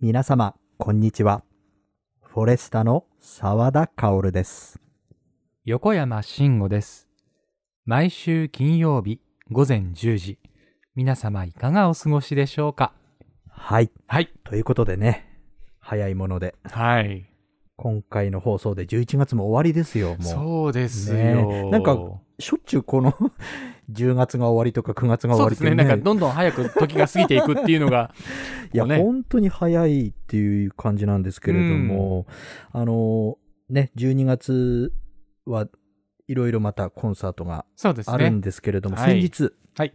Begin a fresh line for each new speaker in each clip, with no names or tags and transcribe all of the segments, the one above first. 皆様、こんにちは。フォレスタの沢田薫です。
横山慎吾です。毎週金曜日午前10時、皆様いかがお過ごしでしょうか
はい。
はい。
ということでね、早いもので、
はい。
今回の放送で11月も終わりですよ、もう。
そうですよ、
ねえなんかしょっちゅうこの 10月が終わりとか9月が終
そう
わ
で
り
す
とか、
ね。なんかどんどん早く時が過ぎていくっていうのが、
いや、
ね
本当に早いっていう感じなんですけれども、あの、ね、12月はいろいろまたコンサートが
そうです
あるん
ね。
ですけれども、
はい
先日、
はい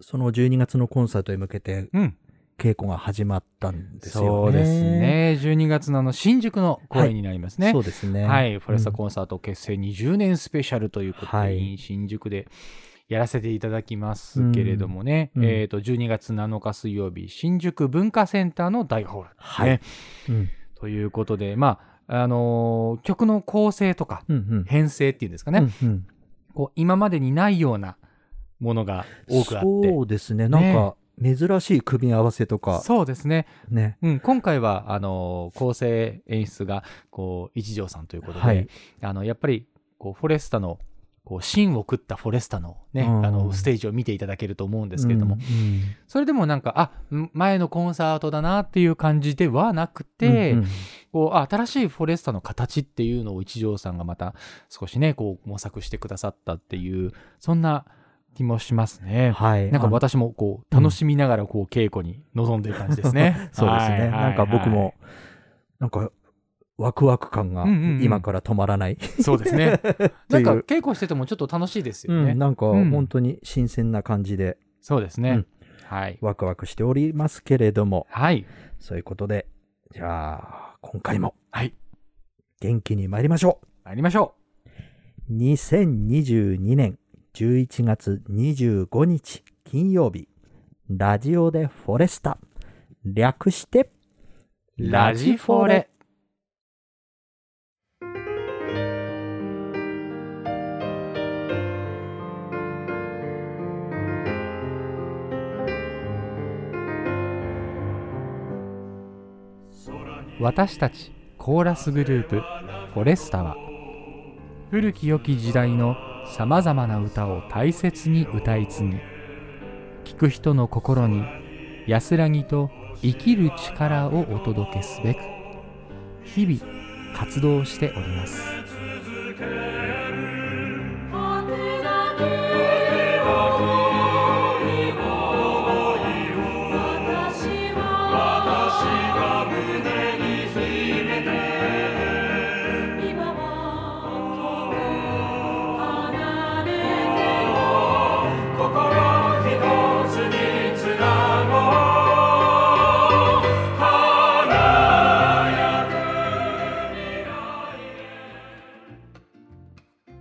その12月のコンサートへ向けて
うん。
稽古が始まったんですよね。
そうです。ね。12月のあの新宿の公演になりますね。
そうですね。
はい。フォレスタ
うん
コンサート結成20年スペシャルということで、
はい
新宿でやらせていただきますけれどもね、
うんうん
えっ、と、12月7日水曜日、新宿文化センターの大ホール、ね。
はいうん
ということで、まあ、あのー曲の構成とか、
うんうん
編成っていうんですかね、
うんうん
こう今までにないようなものが多くあって。
そうですね。なんか、珍しい組み合わせとか、
そうですね、
ね。
うん、今回はあのー構成演出がこう一条さんということで、
はい
あのやっぱりこうフォレスタのこう芯を食ったフォレスタの,、ね
うん
あのステージを見ていただけると思うんですけれども、
うん
それでもなんかあん前のコンサートだなっていう感じではなくて、
うんうん
こうあ新しいフォレスタの形っていうのを一条さんがまた少しねこう模索してくださったっていうそんな気もしますね。
はい。
なんか
あの
私もこう
うん。
楽しみながらこう稽古に臨んでる感じですね
そうです
はい
ね。なんか僕。も、なんか、ワクワク感が
うんうんうん
今から止まらない。
はいそうですね。
と
ないん
う
か稽古しててもちょっと楽しいですよ
う
ね。
んなんか
うん
本当に新鮮な感じで
そうです
う
ね
ん。
はい。
ワクワクしておりますけれども、
はい。
そういうことで、じゃあ、今回も
はい。
元気に参りましょ
参りましょ
う。2022年11月25日金曜日、ラジオでフォレスタ。略して、
う。ラジフォレ。。私たちコーラスグループフォレスタは古き良き時代のさまざまな歌を大切に歌い継ぎ聴く人の心に安らぎと生きる力をお届けすべく日々活動しております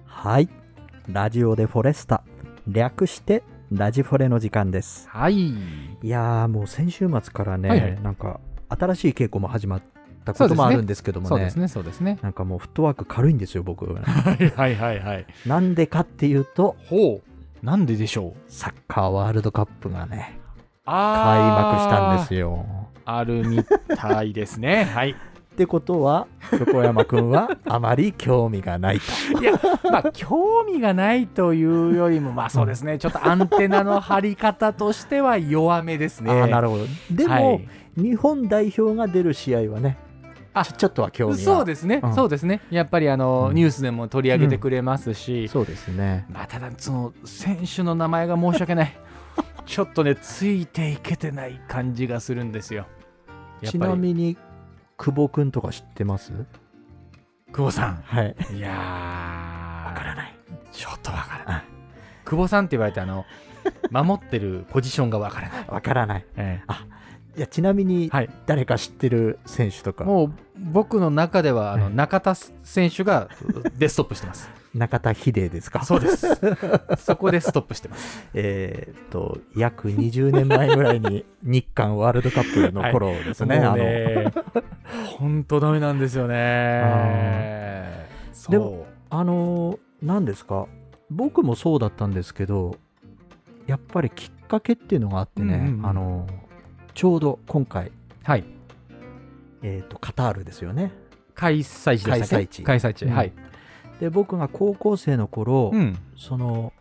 はい。ラジオでフォレスタ。略して、ラジフォレの時間です。
はい
いやー、もう先週末からね、
はいはい
なんか、新しい稽古も始まったこともあるんですけども
そう
ね。
ですねそうですね
なんかもうフットワーク軽いんですよ、僕。
はいはいはいはい
なんでかっていうと、
ほうなんででしょう
サッカーワールドカップがね、開
あ
幕したんです
よ
よ。
あるみたいですね はい
ってことは、 横山くんはあまり興味がないと。
いや、まあ、興味がないというよりも、まあそうですね、ちょっとアンテナの張り方としては弱めですね。
ああ、な
る
るほど。でも、日本代表が出る試合はね、
あ
ちょちょっとは興味が
そうですね、
うん
そうですね。やっぱりあの、
うん
ニュースでも取り上げてくれますし、
そうですね。
まあただ、その選手の名前が申し訳ない。 ちょっとね、ついていけてない感じがするんですよ。やっ
ち
ぱ
な
り、
みに、久保くんとか知ってます
久保さん。
はい。
いやー、わから
ない。
ちょっとわから
う
なんい。久保さんって言われて、あの、守ってるポジションがわからない。
わからない。
え
いや、ちなみに
え、はい。
誰か知ってる選手とか、
もう僕の中ではあ
は
の
い
中田選手がでストップし てます。
中田秀ですか。
そうです。 そこでストップしてます。
えーっと、約20年前ぐらいに日韓ワールドカップの頃ですね。
も
あの
うね、本当ダメなんですよね。そう
でもあの何ですか僕もそうだったんですけどやっぱりきっかけっていうのがあってね、
うんうんうん
あのちょうど今回
はい。
えー、とカタールですよね
開催地でしたっけ
開
開催地、
うん
はい、
で僕が高校生の頃、
うん、
その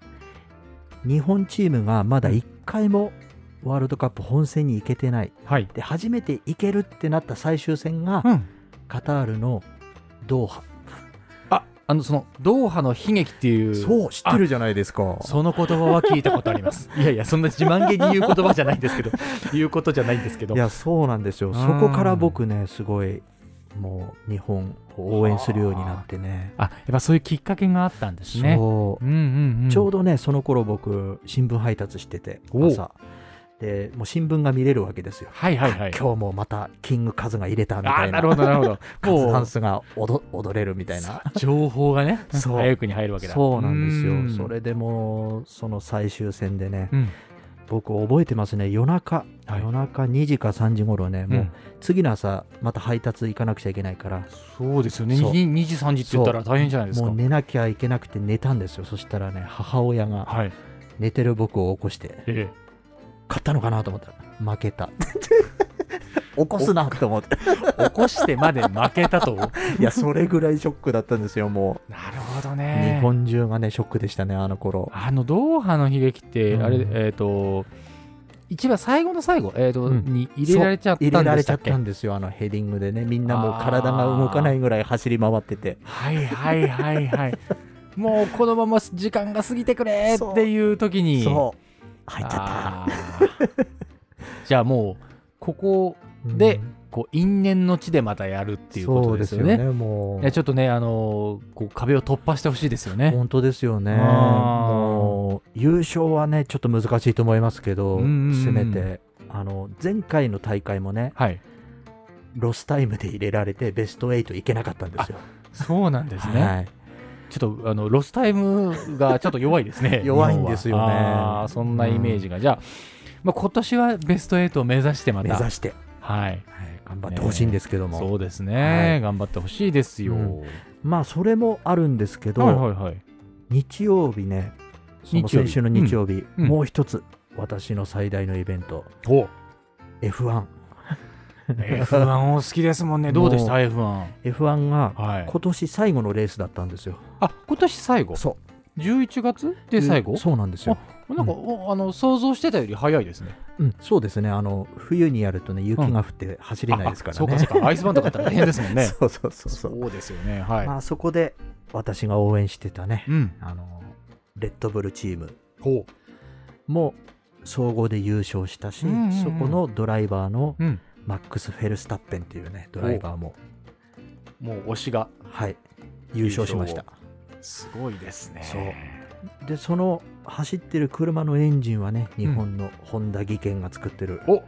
日本チームがまだ1回もワールドカップ本戦に行けてない
はい、
で初めて行けるってなった最終戦が
うん、
カタールのドーハ、
ああのそのドーハの悲劇っていう
そう知ってるじゃないですか
その言葉は聞いたことあります。 いやいや、そんな自慢げに言う言葉じゃないんですけど、 言うことじゃないんですけど。
いやそうなんですよ
ん
そこから僕ねすごいもう日本を応援するようになってね
あ、やっぱそういうきっかけがあったんですね。
そう
うんうんうん。
ちょう
ど。
どねその頃僕新聞配達してて
おう
朝でもう新聞が見れるわけですよ
はいはいはい。
今日もまたキングカズが入れたみ
あ
た
ー
いな
なるほどなるほど。
カズダ
も
ンスが踊踊れるみたいな
う、情報がね、
そう
早くに入るわけだ。
そうなんです
う
よ
ん
そ。れでもうその最終戦でね
うん。
僕覚えてますね夜中、
はい
夜中2時か3時頃ねもう、
うん
次の朝また配達行かなくちゃいけないから
そうですよね。
そう
2時、3時って言ったら大変じゃないです
も
か
う。寝なきゃいけなくて寝たんですよそしたらね母親が
はい。
寝てる僕を起こして
ええ
勝ったのかなと思ったら負け た起こすなと思って
起こしてまで負けたと。
いやそれぐらいショックだったんですよも
なるほど
う、
ね。
日本中がねショックでしたねあの頃
あのドーハの悲劇って、
うん
あれ、えっ、と、一番最後の最後、えーと
うん
に入れられちゃったん
入れら
で
れ
し
ち
た
ゃ
っ
っ
け
たんですよあのヘディングでねみんなもう体が動かないぐらい走り回ってて
はいはいはい はい。もうこのまま時間が過ぎてくれ
そう
っていう時に。
そう入っちゃっ
あーじゃあもう、ここ
た
で
うん
こう因縁の地でまたやるっていうことですよね。
そうも
いうやちょっとね、あのーこう壁を突破してほしいですよね。
本当ですよね
あー
もう優勝はねちょっと難しいと思いますけど、
うんうんうん
せめてあの前回の大会もね
はい、
ロスタイムで入れられてベスト8いけなかったんですよ。
そうなんですね。
はい。
ちょっとあのロスタイムがちょっと弱いですね
弱いんですよね
日本はあーそんなイメージが。じゃあ、まあ、今年はベスト8を目指してま
目
た、
指して、
はい、
はい頑張ってほしいんですけども、
そうですね、
はい
頑張ってほしいですよ。
うんまあそれもあるんですけど、
はいはいはい。
日曜日ねその
日曜日
先週の日曜日、
うんうん
もう一つ私の最大のイベント
お
F1F1
F1 お好きで すもんね。どうでした F1。は
F1 が
い。
今年最後のレースだったんですよ。
あ今年最後。
そ
11月
う
で最後。
そうなんですよ。
なんか、おあの想像してたより早いですね。
うん、そうですねあの冬にやるとね雪が降って走れないですからね、
あそうかそうか。アイスバンドだったら大変ですもん ね。
そうそうそうそう
そうですよね。はい。
まあ、そこで私が応援してたね
うん。
あのレッドブルチーム
ほ
も総合で優勝したし、
うんうんうん
そこのドライバーの
う。うん。
マックス・フェルスタッペンっていうねドライバーも、
もう推しが
はい、優勝しました
すごいですね。
そうでその走ってる車のエンジンはね日本のホンダ技研が作ってる、
お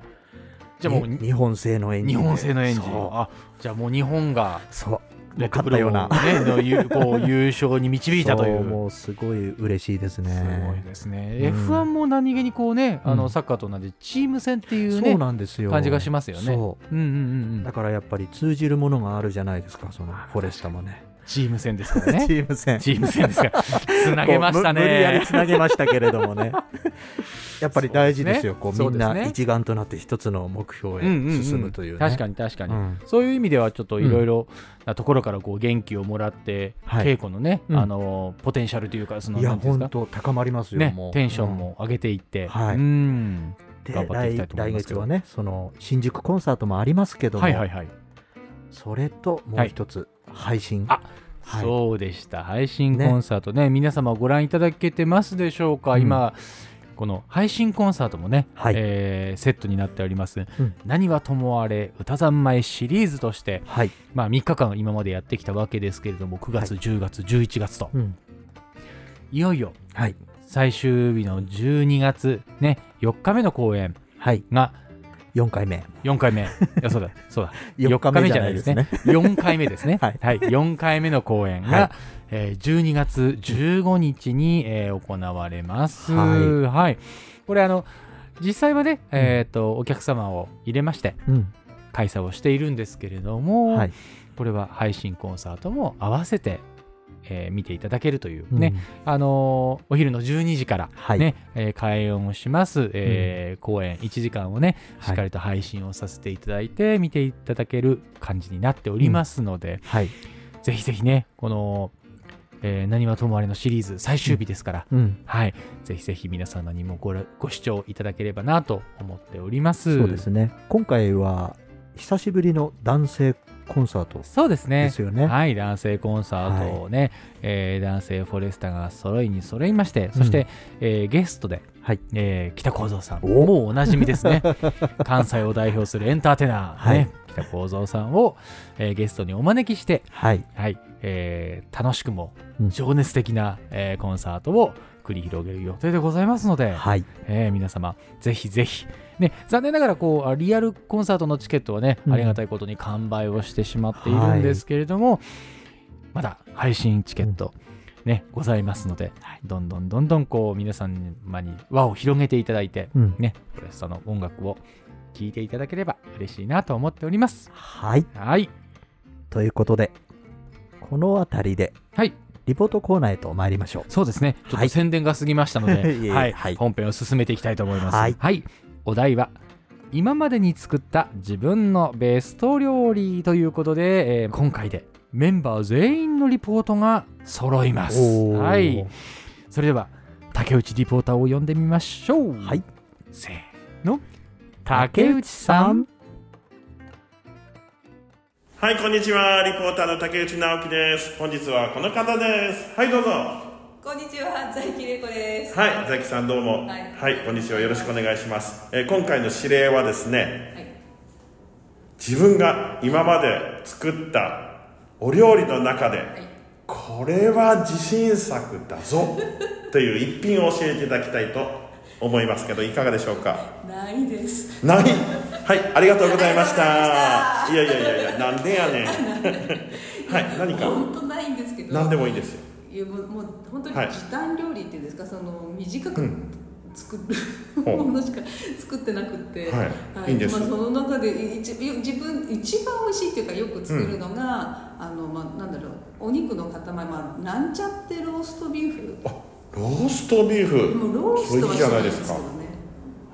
じゃあもう
に
に
日本製のエンジ
日
ンで
本製のエンジン
そう
あじゃあもう日本が
そう
レッド
勝っ
ブル
た
を
ような
ね の優こう優勝に導いたとい
そう
う。
もうすごい嬉しいですね
すごいですね、
うん
F1 も何気にこうね、あ
う
の
ん
サッカーと同じチーム戦っていう
そ
ね
うなんですよ
感じがしますよね。
そ
うんうんう
うん
う
だ
ん、
からやっぱり通じるものがあるじゃないですかそのフォレスタもね
チーム戦ですから ね。
ーム戦
チーム戦ですから。つなげましたね。
こう無無理やりつなげましたけれども ねやっぱり大事ですよ
そうですね
こうみん
そうで
な
すね
一丸となって一つの目標へ
うんうんうん
進むというね、
確かに確かに、
うん
そういう意味ではちょっといろいろなところからこう元気をもらって、
はい
稽古のね、
うん
あのポテンシャルというかその
いや
なんていうんで
本
すか
当高まりますよ、
ね
もう
テンションも上げていって、
んはい
うん
で
頑張っていきたいと思
来
いますけ
月
ど
はねその新宿コンサートもありますけども、
はいはいはい、
それともう一つ、配信
あ
はい
そうでした配信
ね
コンサートね皆様ご覧いただけてますでしょうか、
うん
今この配信コンサートもね、
はい
えーセットになっております、
うん
何はともあれ歌三昧シリーズとして、
はい、
まあ、3日間今までやってきたわけですけれども9月、10月11月と
うん
いよいよ
はい
最終日の12月、ね、4日目の公演
はい
が
4回目
4回目いやそうだそうだ
4日目じゃないですね
4回目ですね
はい
4回目の公演が、
はい
えー12月15日に、えー行われます、
はい
はいこれあの実際はね、えー、とお客様を入れまして
うん
開催をしているんですけれども、
はい
これは配信コンサートも合わせて、えー見ていただけるというね、あのーお昼の12時から、
はい
ねえー開演をします、えー公演1時間をね
はい
しっかりと配信をさせていただいて、見ていただける感じになっておりますので、
はい。
ぜひぜひねこの、えー何はともあれのシリーズ最終日ですから、
うん。
はい、ぜひぜひ皆様にもごらご視聴いただければなと思っております。
そうですね。今回は、久しぶりの男性コンサート
そうですね。
ですよね。
はい、男性コンサートをね、えー男性フォレスタが揃いに揃いまして、そして、
うん
えーゲストで、
はい
えー北幸三さん、
お
もうおなじみで すね、関西を代表するエンターテイナー、
は
ね
い
北幸三さんを、えーゲストにお招きして、
はい。
はいえー楽しくも
うん
情熱的な、えーコンサートを繰り広げる予定でございますので、
はい。
えー皆様、ぜひぜひ。ね、残念ながらこうあリアルコンサートのチケットはね、
うん
ありがたいことに完売をしてしまっているんですけれども、まだ配信チケット、ねございますので、どんどんどんどんこう皆様に輪を広げていただいて、
うん
ね、フォレスタの音楽を聴いていただければ嬉しいなと思っております。
はい。
はい、
ということで、この辺りで、
はい、
リポートコーナーへと参りましょう。
そうですね、ちょっ
は
と
い
宣伝が過ぎましたので、
いえいえ
はい
はい
本編を進めていきたいと思います。は
はいい、
お題は今までに作った自分のベスト料理ということで、えー今回でメンバー全員のリポートが揃います。
おー
はい、それでは竹内リポーターを呼んでみましょう。
はい、
せーの、竹内さん。
はい、こんにちは。リポーターの竹内直樹です。本日はこの方です。はい、どうぞ。は
こんにちは、在木玲子で
い、
す。
ザキさんどうも。は
はいい、
こんにちは。よろしくお願いします。えー今回の指令はですね、
はい
自分が今まで作ったお料理の中で、これは自信作だぞという一品を教えていただきたいと思いますけど、いかがでしょうか
ないです。
ないはい、ありがとうございました。
あ
いやいやいやいや、なんでやねん。はい、何か。
本当ないんですけど。
何でもいいですよ。
いや、もう、もう、本当に
はい
時短料理っていうんですか、その短く。作る
ほう
ものしか作ってなくて、
はいいいんです
まあ、その中で一自分一番美味しいっていうかよく作るのが、あのまあなんだろうお肉の塊まあなんちゃってローストビーフ
あ、ローストビーフ。
もうロース
そ
トは
れいい
し
じゃな
ないい
で
ですす
か
けど。ね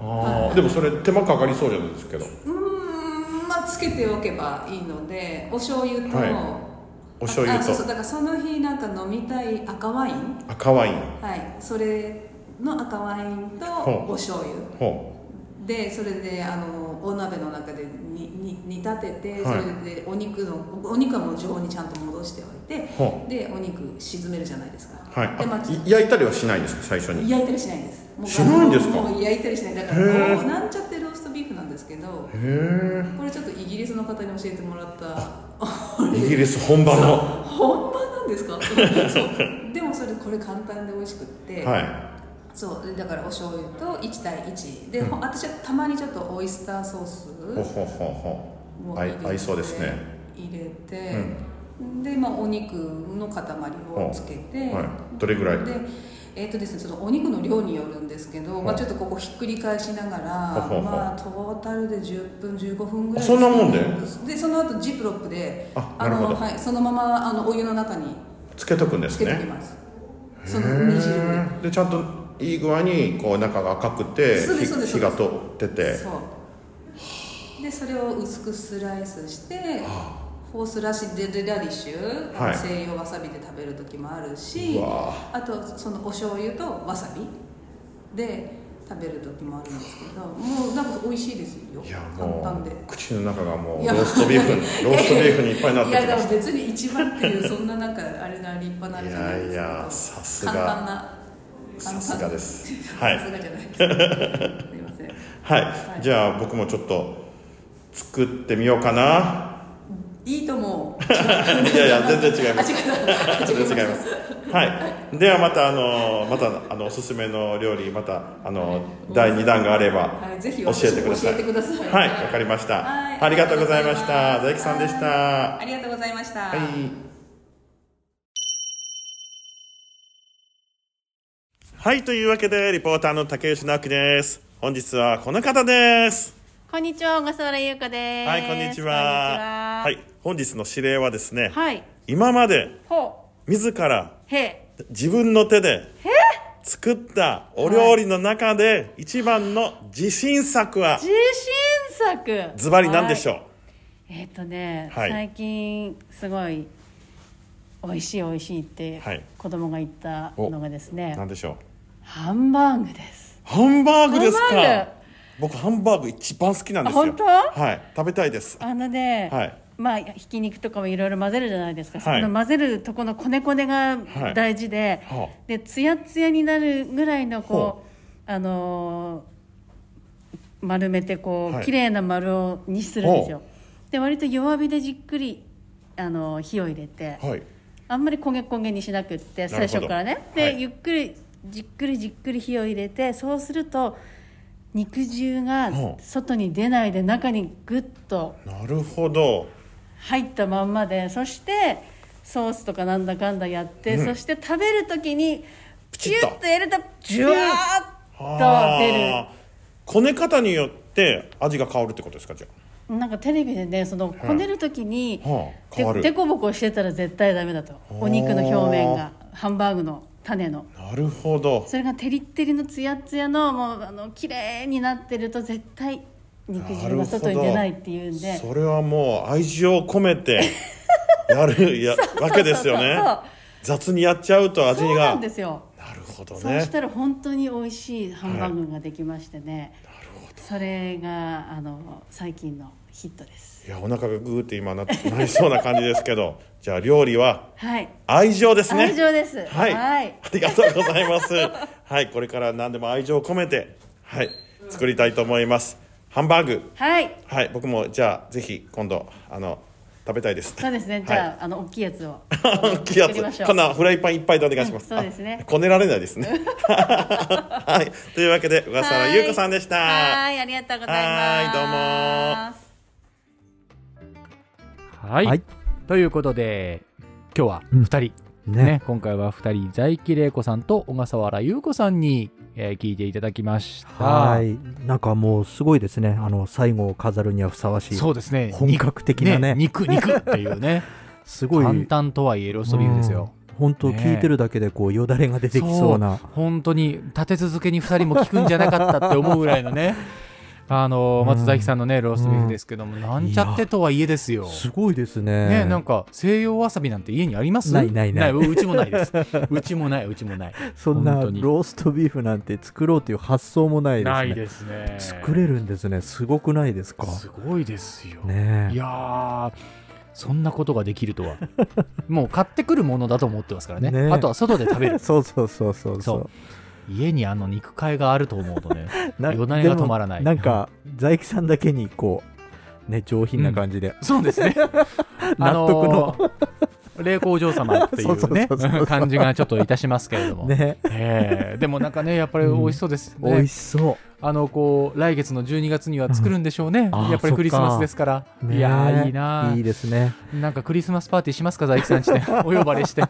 ああ、でもそれ手間かかりそうじゃないですけど。
うーんまあつけておけばいいのでお醤油と、
はいお醤油
あそうそう
と
だからその日なんか飲みたい赤ワイン
赤ワイン。
はいそれの赤ワインと
ほう
お醤油
ほ
でそれであのお鍋の中でにに煮立ててそ
はい
れでお肉の、お肉はもう常温にちゃんと戻しておいて
ほ
でお肉沈めるじゃないですか
う。はい
でまあ
あ。い焼いたりはしないんですか、最初に。
焼いたりしないですもう
しないんですか
もう焼いたりしないだか
へ
ら
え
もうなんちゃってローストビーフなんですけど
へえ。
これちょっとイギリスの方に教えてもらった
イギリス本場の。
本番なんで すかそうでもそれこれ簡単で美味しくって、
は
そうだからお醤油と1対1で、ほん私はたまにちょっとオイスターソース
い。ほほほほ。
も
合
入
い
れて
合いそうですね。
入れて、で、まあ、お肉の塊をつけて、
はい。どれぐらい。
でえーとですね、そのお肉の量によるんですけど、まあ、ちょっとここひっくり返しながら、
ほうほう
まあ、トータルで10分15分ぐらい
あそんなもんで
でその後ジップロップで
あ
あ
なるほ
の、
ど
はい、そのままあのお湯の中に
つけとくんで
つ
す
けてき
ね。
ます、
へ
その煮汁で
ーでちゃんといい具合にこう中が赤くて
そうで
火
すそうです
火が通ってて
そうでそれを薄くスライスしてフォースラッシュでラディッシュ、
はい
西洋わさびで食べる時もあるし
うわ
あとそのお醤油とわさびで食べる時もあるんですけどもうなんか美味しいですよ
いや
簡
も
単で
う口の中がもう
い
ロ
や
ーストビーフにローストビーフにいっぱいになっ
い
て
や
き
で
ま
も
し
別に一番っていうそんななんかあれな立派な
た
あれ
い
じゃない
や
で
いやさ
すか
す
簡単
が
な
さすが ですは
はいいさすがじゃないですすいません
はいじゃあ僕もちょっと作ってみようかな
いいとも
いやいや全然違い
あ
ます
違う
全然違いますはいではまたあのまたあのおすすめの料理またあの第2弾があれば
はい、ぜひ
教えてください
教えてください。
はいわかりました
はい
ありがとうございました
あり
大
がとうご
木
ざいます
さんでした
ありがとうございました。
はい。はい、というわけで、リポーターの竹内直樹です。本日はこの方です。
こんにちは、小笠原優子です。
はい、こんにちは。
こんにちは。
はい、本日の指令はですね、
はい。
今まで
ほ
自ら
へ
自分の手で作ったお料理の中で一番の自信作は
自信作
ズバリ何でしょう、
はいえっ、とね、
はい
最近すごい美味しい美味しいって
はい
子供が言ったのがですね、
何でしょう
ハンバーグです
ハンバーグです
ハンバー
か
グ
僕ハンバーグ一番好きなんですよ
本当
はい食べたいです
あのね、
はい
まあひき肉とかもいろいろ混ぜるじゃないですか、
はい
その混ぜるとこのこねこねが
はい
大事で、
はあ
でツヤツヤになるぐらいの
ほ
こうあのー丸めてこう、
はい
綺麗な丸をにするんですよ
ほ
で割と弱火でじっくりあのー火を入れて、
はい
あんまり焦げ焦げにしなくって
なるほど
最初からねで、
はい
ゆっくりじっくりじっくり火を入れてそうすると肉汁が
ほう
外に出ないで中にグッと
なるほど
入ったまんまでそしてソースとかなんだかんだやって、そして食べる時に
プチ
キ
ッ
ュ
と
ッとやるとジュワーッと出る
あーこね方によって味が変わるってことですかじゃ
なんかテレビでねそのこねる時に
はあ変わる
でこぼこしてたら絶対ダメだとお肉の表面がハンバーグの種の
あなるほど
それがテリッテリのツヤツヤのもうあの綺麗になってると絶対肉汁が外に出ないっていうんで
それはもう愛情を込めてや るやわけですよね
そうそう
雑にやっちゃうと味
そうな
が
んですよ
なるほど
そう
ね
したら本当に美味しいハンバーグができましてね、それがあの最近のヒットです
いやお腹がグーって今ななりそうな感じですけど じゃあ料理は
はい
愛情ですね
愛情です
はい、
はい
ありがとうございますはいこれから何でも愛情を込めてはい作りたいと思いますハンバーグ
はい
はい僕もじゃあぜひ今度あの食べたいです
そうですね、じゃああの大きいやつを
大きいや
作りまし
つ。
ょう
こんなフライパンいっぱいでお願いします。
うんそうですね
あこねられないです ね。はい。というわけで、小笠原優子さんでした。
はいありがとうございます
はいどうも
はい、
はい
ということで今日は
うん
2人、
ね
ね今回は2人在木玲子さんと小笠原優子さんに、えー聞いていただきました
はい。なんかもうすごいですね。あの、最後を飾るにはふさわしい。
そうですね
本格的なね
肉肉肉っていう ね
すごい。
簡単とはいえローストビーフですよ、
うん。本当
ね
聞いてるだけでこうよだれが出てきそうな。
そう本当に立て続けに2人も聞くんじゃなかったって思うぐらいのねあの松崎さんのねローストビーフですけども、なんちゃってとはいえですよ
すごいですね。
ね、なんか西洋わさびなんて家にあります
ないないないう
ちもないですうちもないうちもない
そんな
本
ロ
当に
ーストビーフなんて作ろうという発想もないですね。
ないですね
作れるんですね。すごくないですか。
すごいですよ、
ねえ
いやーそんなことができると はもう買ってくるものだと思ってますからね
ね
あとは外で食 べる
そうそうそうそう
そ
そう
家にあの肉塊があると思うとね
う。な
よだれが止まらない
でもなんか、在木さんだけにこう、ね、上品な感じで。
そうですね
納得の
あのー霊光お嬢様ってい
そうそうう
ね
そうそう
感じがちょっといたしますけれども、
ね。
ええでもなんかねやっぱり美味しそうですね、
美味しそう。
あのこう来月の12月には作るんでしょうね、
うんあー
やっぱりクリスマスですから、いや
ね
ー
え
いいなー
いいですね。
なんかクリスマスパーティーしますか財木さんち でお呼ばれして
っ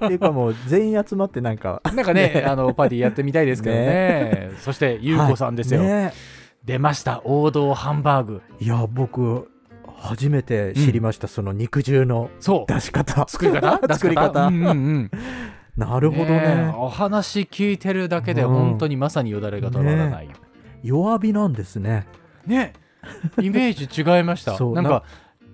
ていうかもう全員集まってなんか。
なんかねあのパーティーやってみたいですけどね
ね
そして 優子さんですよ、
はいね
出ました王道ハンバーグ
いや、僕、初めて知りました、その肉汁の
そう
出し方。
作り方出し
作り方
うんうんうん
なるほどね
えお話聞いてるだけで
うん
本当にまさによだれが止まらないね
弱火なんですね。
イメージ違いました
そう
なんか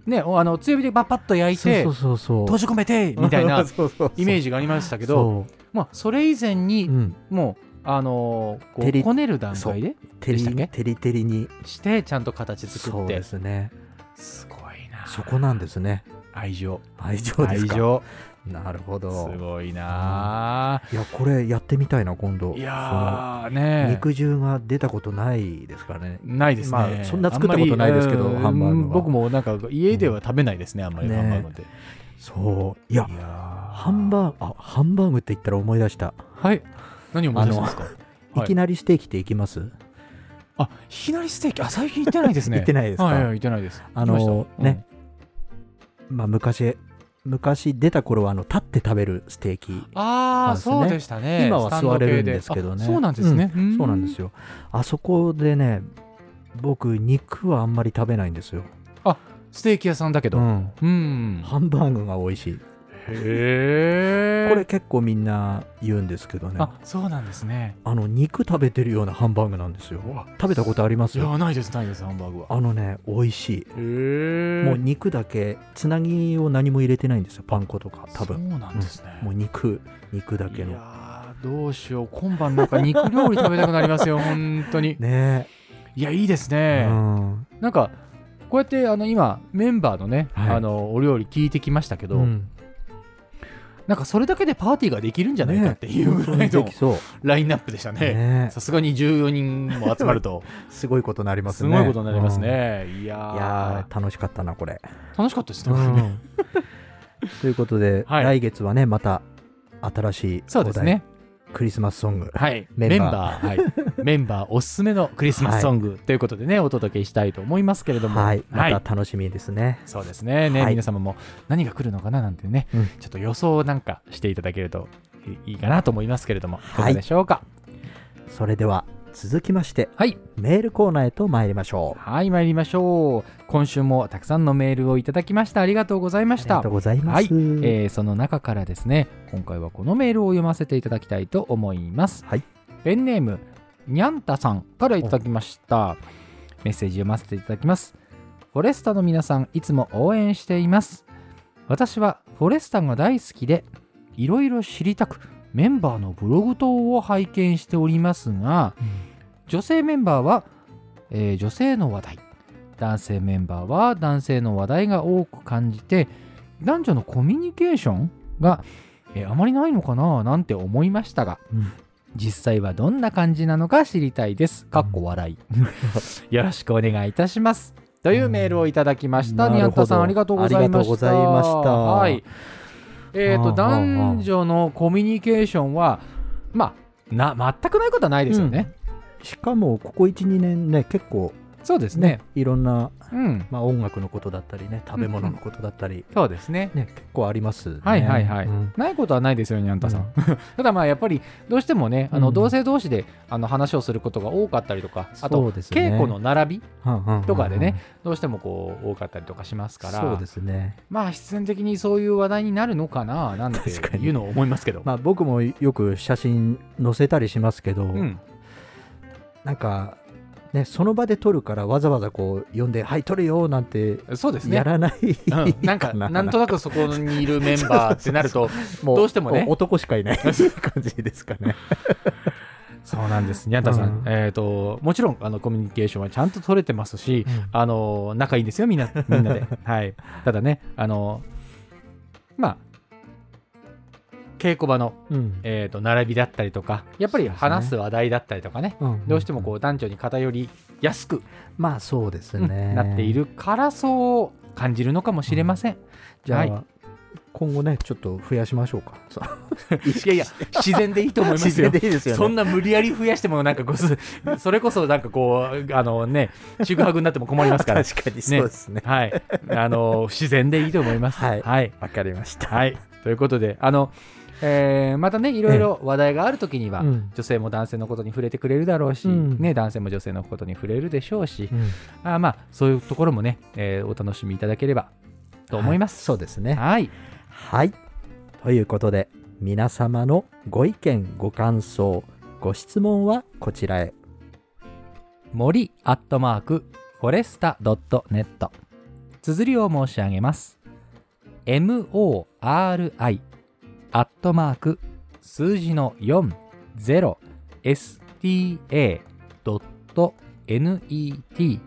ねおあの強火でパッパッと焼いて
そうそうそうそ
閉
う。
じ込めてみたい
そ
な
うそうそう
イメージがありましたけど
そ
まあそれ以前
う。
に
うん。
もうあのーこ
照
う
り
こねる段階で
て
でしたっけ
り、てりてりに。
してちゃんと形作
そ
っ
う
て
ですね。
すごいな
そこなんですね。
愛情
愛情で
愛
すか。
情
なるほ
す
ど。
ごいない
や、これやってみたいな、今度。
いやー
そ
ね
の
え
肉汁が出たことないですからね。
ないですね、
まあそんな作ったことないですけど
あんまり
ハンバーグは
うん僕もなんか家では食べないですね、あんまり
ね
ハンバーグって、
そう。いや
い、や
ハンバーグ、あ、ハンバーグって言ったら思い出した。
ーはい何を思い出したんですかはい
いきなりステーキって行きます、
あいきなりステーキあ最 近行ってないですね
行ってないですか
はいはい行ってないです
あの
行きました
ねまあ、昔、昔出た頃はあの立って食べるステーキ。
ああ、
そ
そうう
で
でしたね。
今は座れるんですけどね
スタンド系であそうなんですね。
そうなんです
よ。
よ。あそこでね、僕、肉はあんまり食べないんですよ。
ステーキ屋さんだけど。
ん。
うん。
ハンバーグが美味しい。
へえ
これ結構みんな言うんですけどねあ
あそうなんですね
の肉食べてるようなハンバーグなんですよ
うわ
食べたことあります
いや
よ
ないですないですハンバーグは
あのね美味し
へえ
いもう肉だけつなぎを何も入れてないんですよパン粉とか多分
そうなんですね、
もう肉肉だけ
い
の
やーどうしよう今晩なんか肉料理食べたくな りますよ本当に
ね
いやいいです
え、
ね
う、ん
なんかこうやってあの今メンバーのね、
はい
あのお料理聞いてきましたけど、
うん
なんかそれだけでパーティーができるんじゃないかっていうぐらい
で
の
きそう
ラインナップでしたね
ね
さすがに14人も集まる と
えすごいことになります
す
ね
ごいことになります、ね、いや
うん
ー
いやー楽しかったなこれ
楽しかったですね、これね
うん ということで、
はい
来月はねまた新しい
そうですね
クリスマスソング
はい
メ
メ
ン
ン
バ
バーはい、メンバーおすすめのクリスマスソングということでね、お届けしたいと思いますけれども
はいまた楽しみですね、
そうですねね、
はい
皆様も何が来るのかななんてね、
うん
ちょっと予想なんかしていただけるといいいかなと思いますけれども、いか
い
がでしょうか。
それでは続きまして
はい、
メールコーナーへと参りましょう
はい、参りましょう。今週もたくさんのメールをいただきました。ありがとうございま
あ
し
りが
た
とう。ございます、
はい、えーその中からですね今回はこのメールを読ませていただきたいと思います、
はい
ペンネームにゃんたさんからいただきましたメッセージ読ませていただきますフォレスタの皆さんいつも応援しています私はフォレスタが大好きでいろいろ知りたくメンバーのブログ等を拝見しておりますが、女性メンバーは、えー女性の話題男性メンバーは男性の話題が多く感じて男女のコミュニケーションが、えーあまりないのかななんて思いましたが、
うん
実際はどんな感じなのか知りたいです。かっこ笑い。よろしくお願いいたします。というメールをいただきました。
うん
ニャンタさん
な
あ
る
り
ほ
が
ど
とうございました。
ありがとうございました
はい。えっ、
はあはあはあ
と男女のコミュニケーションはまあな全くないことはないですよね。
しかもここ12年ね結構
そうです
ね
ね。
いろんな、
うん。
まあ、音楽のことだったりね食べ物のことだったり、
そうですね。
ね結構あります、ね、
はいはいはい、
うん
ないことはないですよにゃんたさん、 ただまあやっぱりどうしてもねあ
う
の
ん
同性同士であの話をすることが多かったりとか、あ
そ
と
うですね
稽古の並び
うんうんうん
とかでね、どうしてもこう多かったりとかしますから
そうですね
まあ必然的にそういう話題になるのかななんて
確かに
いうのを思いますけど、
まあ僕もよく写真載せたりしますけど、
うん、
なんか、ね、その場で撮るからわざわざこう読んで「はい撮るよ」なんて
そうですね
やらない、
うん、なんかなんとなくそこにいるメンバーってなると
も
どうしてもね
お男しか いない感じですかね。
そうなんですにゃんたさん、
うん
えっ、ともちろんあのコミュニケーションはちゃんと取れてますし、あの仲いいんですよみんなみんな で、はい、ただねあのまあ稽古場の、
うん
えー、と並びだったりとかやっぱり
そうですね
話す話題だったりとかねどうしてもこう男女に偏りやすく、
うんまあそうです
うん
ね、
なっているからそう感じるのかもしれません、
じゃあ、
はい
今後ねちょっと増やしましょうかそう
いやいや自然でいいと思いますよ
自然でいいですよね
そんな無理やり増やしてもなんかこうそれこそなんかこうあのねちぐはぐになっても困りますか ら
確かにそうですね
はいあの自然でいいと思います
はい
はい
わかりました
はい、ということであの、えーまたねいろいろ話題がある時には、
うん
女性も男性のことに触れてくれるだろうし、
うん
ね、男性も女性のことに触れるでしょうし、
うん
あーまあそういうところもね、えーお楽しみいただければと思います。
はいそうですね
はい、
はい。ということで、皆様のご意見、ご感想、ご質問はこちらへ。
森アットマークフォレスタ .net 綴りを申し上げます MORI アットマーク数字の 40sta.net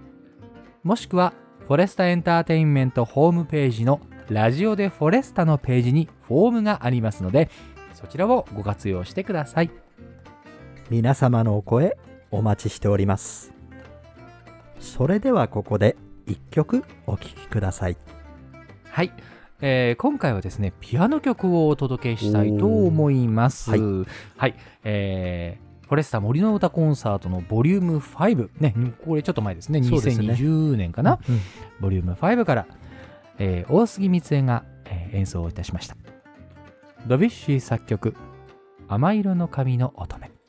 もしくはフォレスタエンターテインメントホームページのラジオでフォレスタのページにフォームがありますのでそちらをご活用してください
皆様のお声、お待ちしております。それではここで一曲お聴きください。
はい、えー今回はですねピアノ曲をお届けしたいと思います。
お
は
ー
い、えーフォレスタ森の歌コンサートのボリューム5ねこれちょっと前ですね
そうですね
2020年かな、ボリューム5から、えー大杉光恵が、えー演奏をいたしましたドビュッシー作曲「甘色の髪の乙女」
「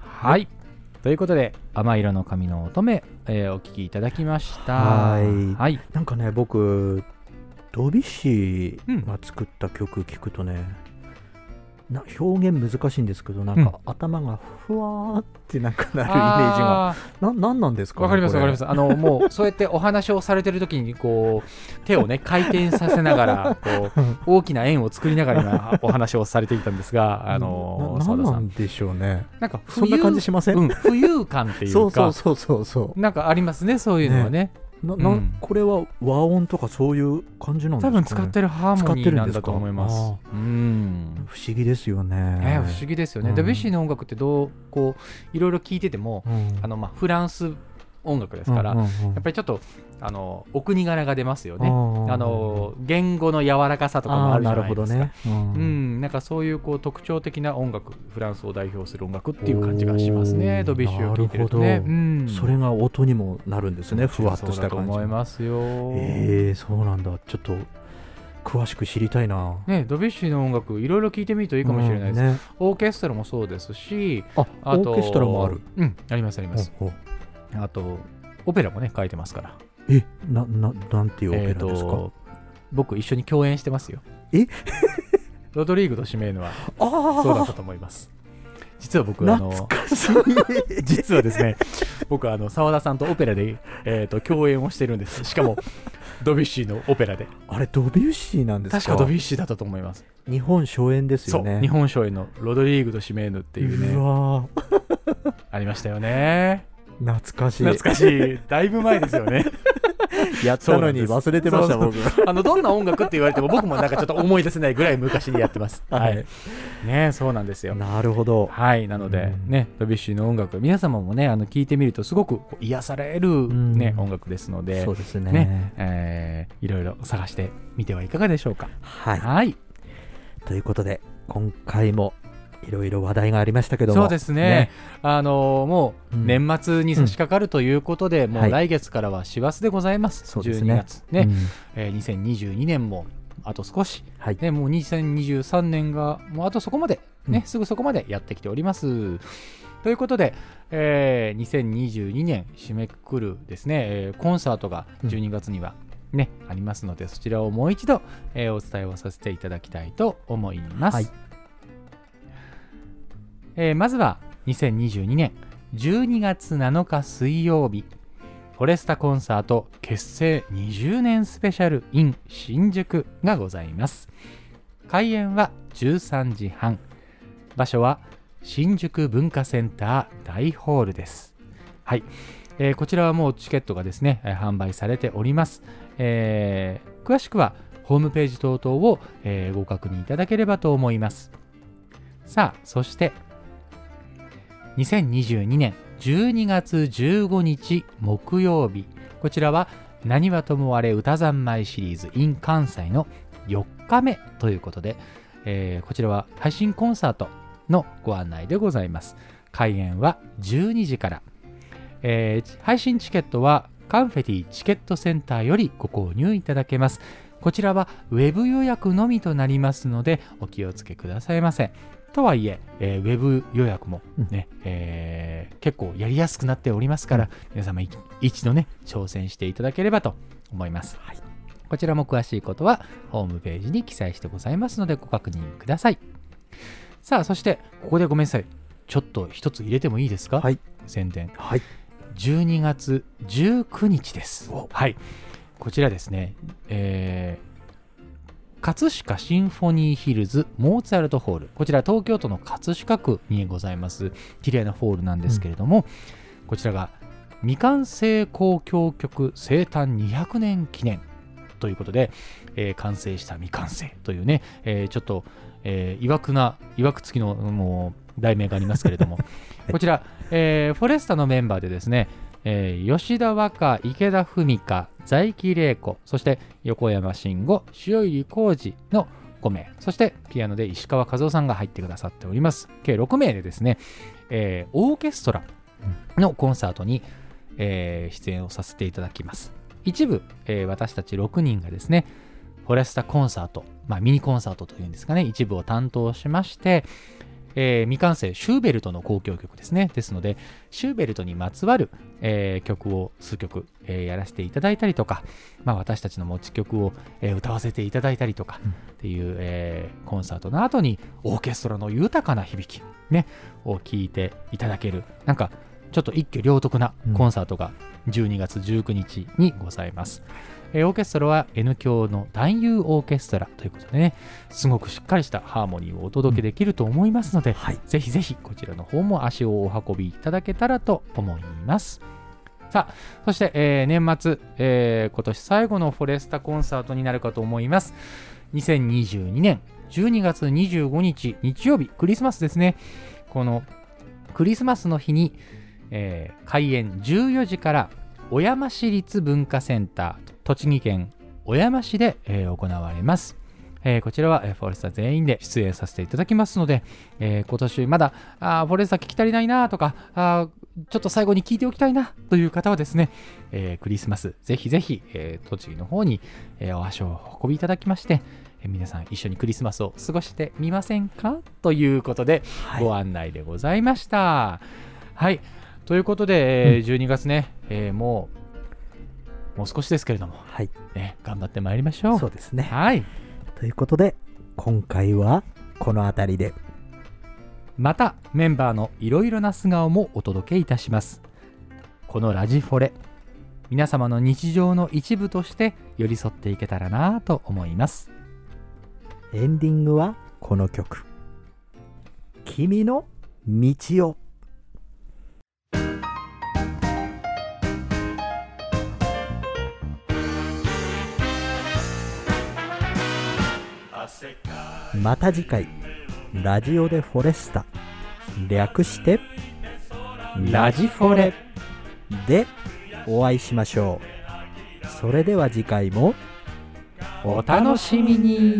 はいということで「甘い色の髪の乙女」えーお聞きいただきました
はい
はい
なんかね僕ドビュッシ
うん
ーが作った曲聞くとね、な表現難しいんですけどなんか頭がふわーってなんかなるイメージが
あ
ななんなんです
ー
か
わかりますわかりますすあのもうそうやってお話をされてる時にこう手を ね回転させながらこう大きな円を作りながら今お話をされていたんですがあの
な
澤
ん
田さ
なん
ん
でしょうね
なんか
そんな感じしません、
うん、浮遊感ってい
そ
うか
うそうそうそうそう
なんかありますねそういうのはね
なな、
うん
これは和音とかそういう感じなんです
多
か、ね、
分使ってるハーモニーなんだと思います
使っ
うん
不思議ですよね、
ね不思議ですよね、
うん
ダビュッシーの音楽ってどうこういろいろ聴いてても
うん
あの、まあ、フランス音楽ですから、
うん
や
うんうん
っぱりちょっとあのお国柄が出ますよね、
あー
あの言語の柔らかさとかもあるじゃないで
あ
すか
ーなるほどね、
う
うん
ん、なんかそういうこう特徴的な音楽フランスを代表する音楽っていう感じがしますね
おー
ドビュッシュを聴いてるとね
なるほど
うん
それが音にもなるんですねふわっと
そ
し
うだ
た
と
感じ
思いますよ、
えー、そうなんだちょっと詳しく知りたいな、
ね、ドビュッシュの音楽いろいろ聴いてみるといいかもしれないです、
うんね
オーケストラもそうですし
あ
あと
オーケストラもある
うんありますあります、
ほうほ
あとオペラもね書いてますから
うえなななんていうオペラですか、
えーと僕一緒に共演してますよ
え
ロドリーグとシメーヌは
ああ
そうだったと思います実は僕あ
懐
の
かしい
実はですね僕あの澤田さんとオペラで、えー、と共演をしてるんですしかもドビュッシーのオペラで
あれドビュッシーなんですか
確かドビュッシーだったと思います
日本初演です
そ
よ
う、
ね
日本賞へのロドリーグとシメーヌっていう
う
ね
わー
ありましたよね
懐かしい
懐かしいだいぶ前です よね
やったのに忘れてました
そうなん
僕
あのどんな音楽って言われても僕もなんかちょっと思い出せないぐらい昔にやってますは
はいい
ねそうなんですよ
なるほど
はいなので
うん
ねドビュッシーの音楽皆様もねあの聞いてみるとすごくこう癒されるね
うん
音楽ですので
そうですね
ねえーいろいろ探してみてはいかがでしょうか
はい
はい
ということで今回もいろいろ話題がありましたけども
そうですねあのーもう
うん
年末に差し掛かるということでも
は
う
い
来月からは師走でございます
そうです
12
ね
月ね
うん
えー2022年もあと少し
はい、
ね、もう2023年が、もうあとそこまで、ね、
うん
すぐそこまでやってきております。ということで、えー2022年締めくくるですね、えーコンサートが
うん
12月には、ねありますので、そちらをもう一度、えーお伝えをさせていただきたいと思います。
はい
えーまずは2022年12月7日水曜日、フォレスタコンサート結成20年スペシャル in 新宿がございます。開演は13時半。場所は新宿文化センター大ホールです。はい。えーこちらはもうチケットがですね、えー販売されております。えー詳しくはホームページ等々を、えーご確認いただければと思います。さあ、そして2022年12月15日木曜日こちらは「何はともあれ歌三昧」シリーズ in 関西の4日目ということで、えーこちらは配信コンサートのご案内でございます開演は12時から、えー配信チケットはカンフェティチケットセンターよりご購入いただけますこちらはウェブ予約のみとなりますのでお気をつけくださいませとはいええーウェブ予約もね、えー結構やりやすくなっておりますから、皆様い一度ね挑戦していただければと思います、こちらも詳しいことはホームページに記載してございますのでご確認くださいさあそしてここでごめんなさいちょっと一つ入れてもいいですか、
はい
宣伝
はい
12月19日です
お。
はい、こちらですね、えー葛飾シンフォニーヒルズモーツァルトホール、こちら東京都の葛飾区にございます、綺麗なホールなんですけれども、こちらが未完成交響曲生誕200年記念ということで、えー完成した未完成というね、えーちょっと、えー、いわくな、いわくつきのもう題名がありますけれども、こちら、えーフォレスタのメンバーでですね、えー吉田和歌、池田文香、財木玲子、そして横山慎吾、塩入浩二の5名、そしてピアノで石川和夫さんが入ってくださっております。計6名でですね、えーオーケストラのコンサートに、えー出演をさせていただきます。一部、えー私たち6人がですね、フォレスタコンサート、まあ、ミニコンサートというんですかね、一部を担当しまして、えー未完成、シューベルトの交響曲ですね。ですので、シューベルトにまつわる、えー曲を数曲、えーやらせていただいたりとか、まあ、私たちの持ち曲を、えー歌わせていただいたりとかっていう、えーコンサートの後にオーケストラの豊かな響き、ね、を聴いていただける、なんかちょっと一挙両得なコンサートが12月19日にございます。えーオーケストラは N 響の男優オーケストラということでね、すごくしっかりしたハーモニーをお届けできると思いますので、
はい。
ぜひぜひこちらの方も足をお運びいただけたらと思います。さあ、そして、えー年末、えー今年最後のフォレスタコンサートになるかと思います。2022年12月25日日曜日、クリスマスですね。このクリスマスの日に、えー開演14時から小山市立文化センター栃木県小山市で、えー行われます、えーこちらは、えーフォレスタ全員で出演させていただきますので、えー今年まだあーフォレスタ聞き足りないなとかあーちょっと最後に聞いておきたいなという方はですね、えークリスマスぜひぜひ、えー栃木の方に、えーお足をお運びいただきまして、えー皆さん一緒にクリスマスを過ごしてみませんかということで、ご案内でございました。はい。ということで、えー12月ね、えーもう、もう少しですけれども、
はい。
ね、頑張ってまいりましょう。
そうですね。
はい。
ということで、今回はこの辺りで。
またメンバーのいろいろな素顔もお届けいたしますこのラジフォレ皆様の日常の一部として寄り添っていけたらなぁと思います
エンディングはこの曲。君の道を。また次回、ラジオでフォレスタ。略して、
ラジフォレ
でお会いしましょう。それでは次回も、
お楽しみに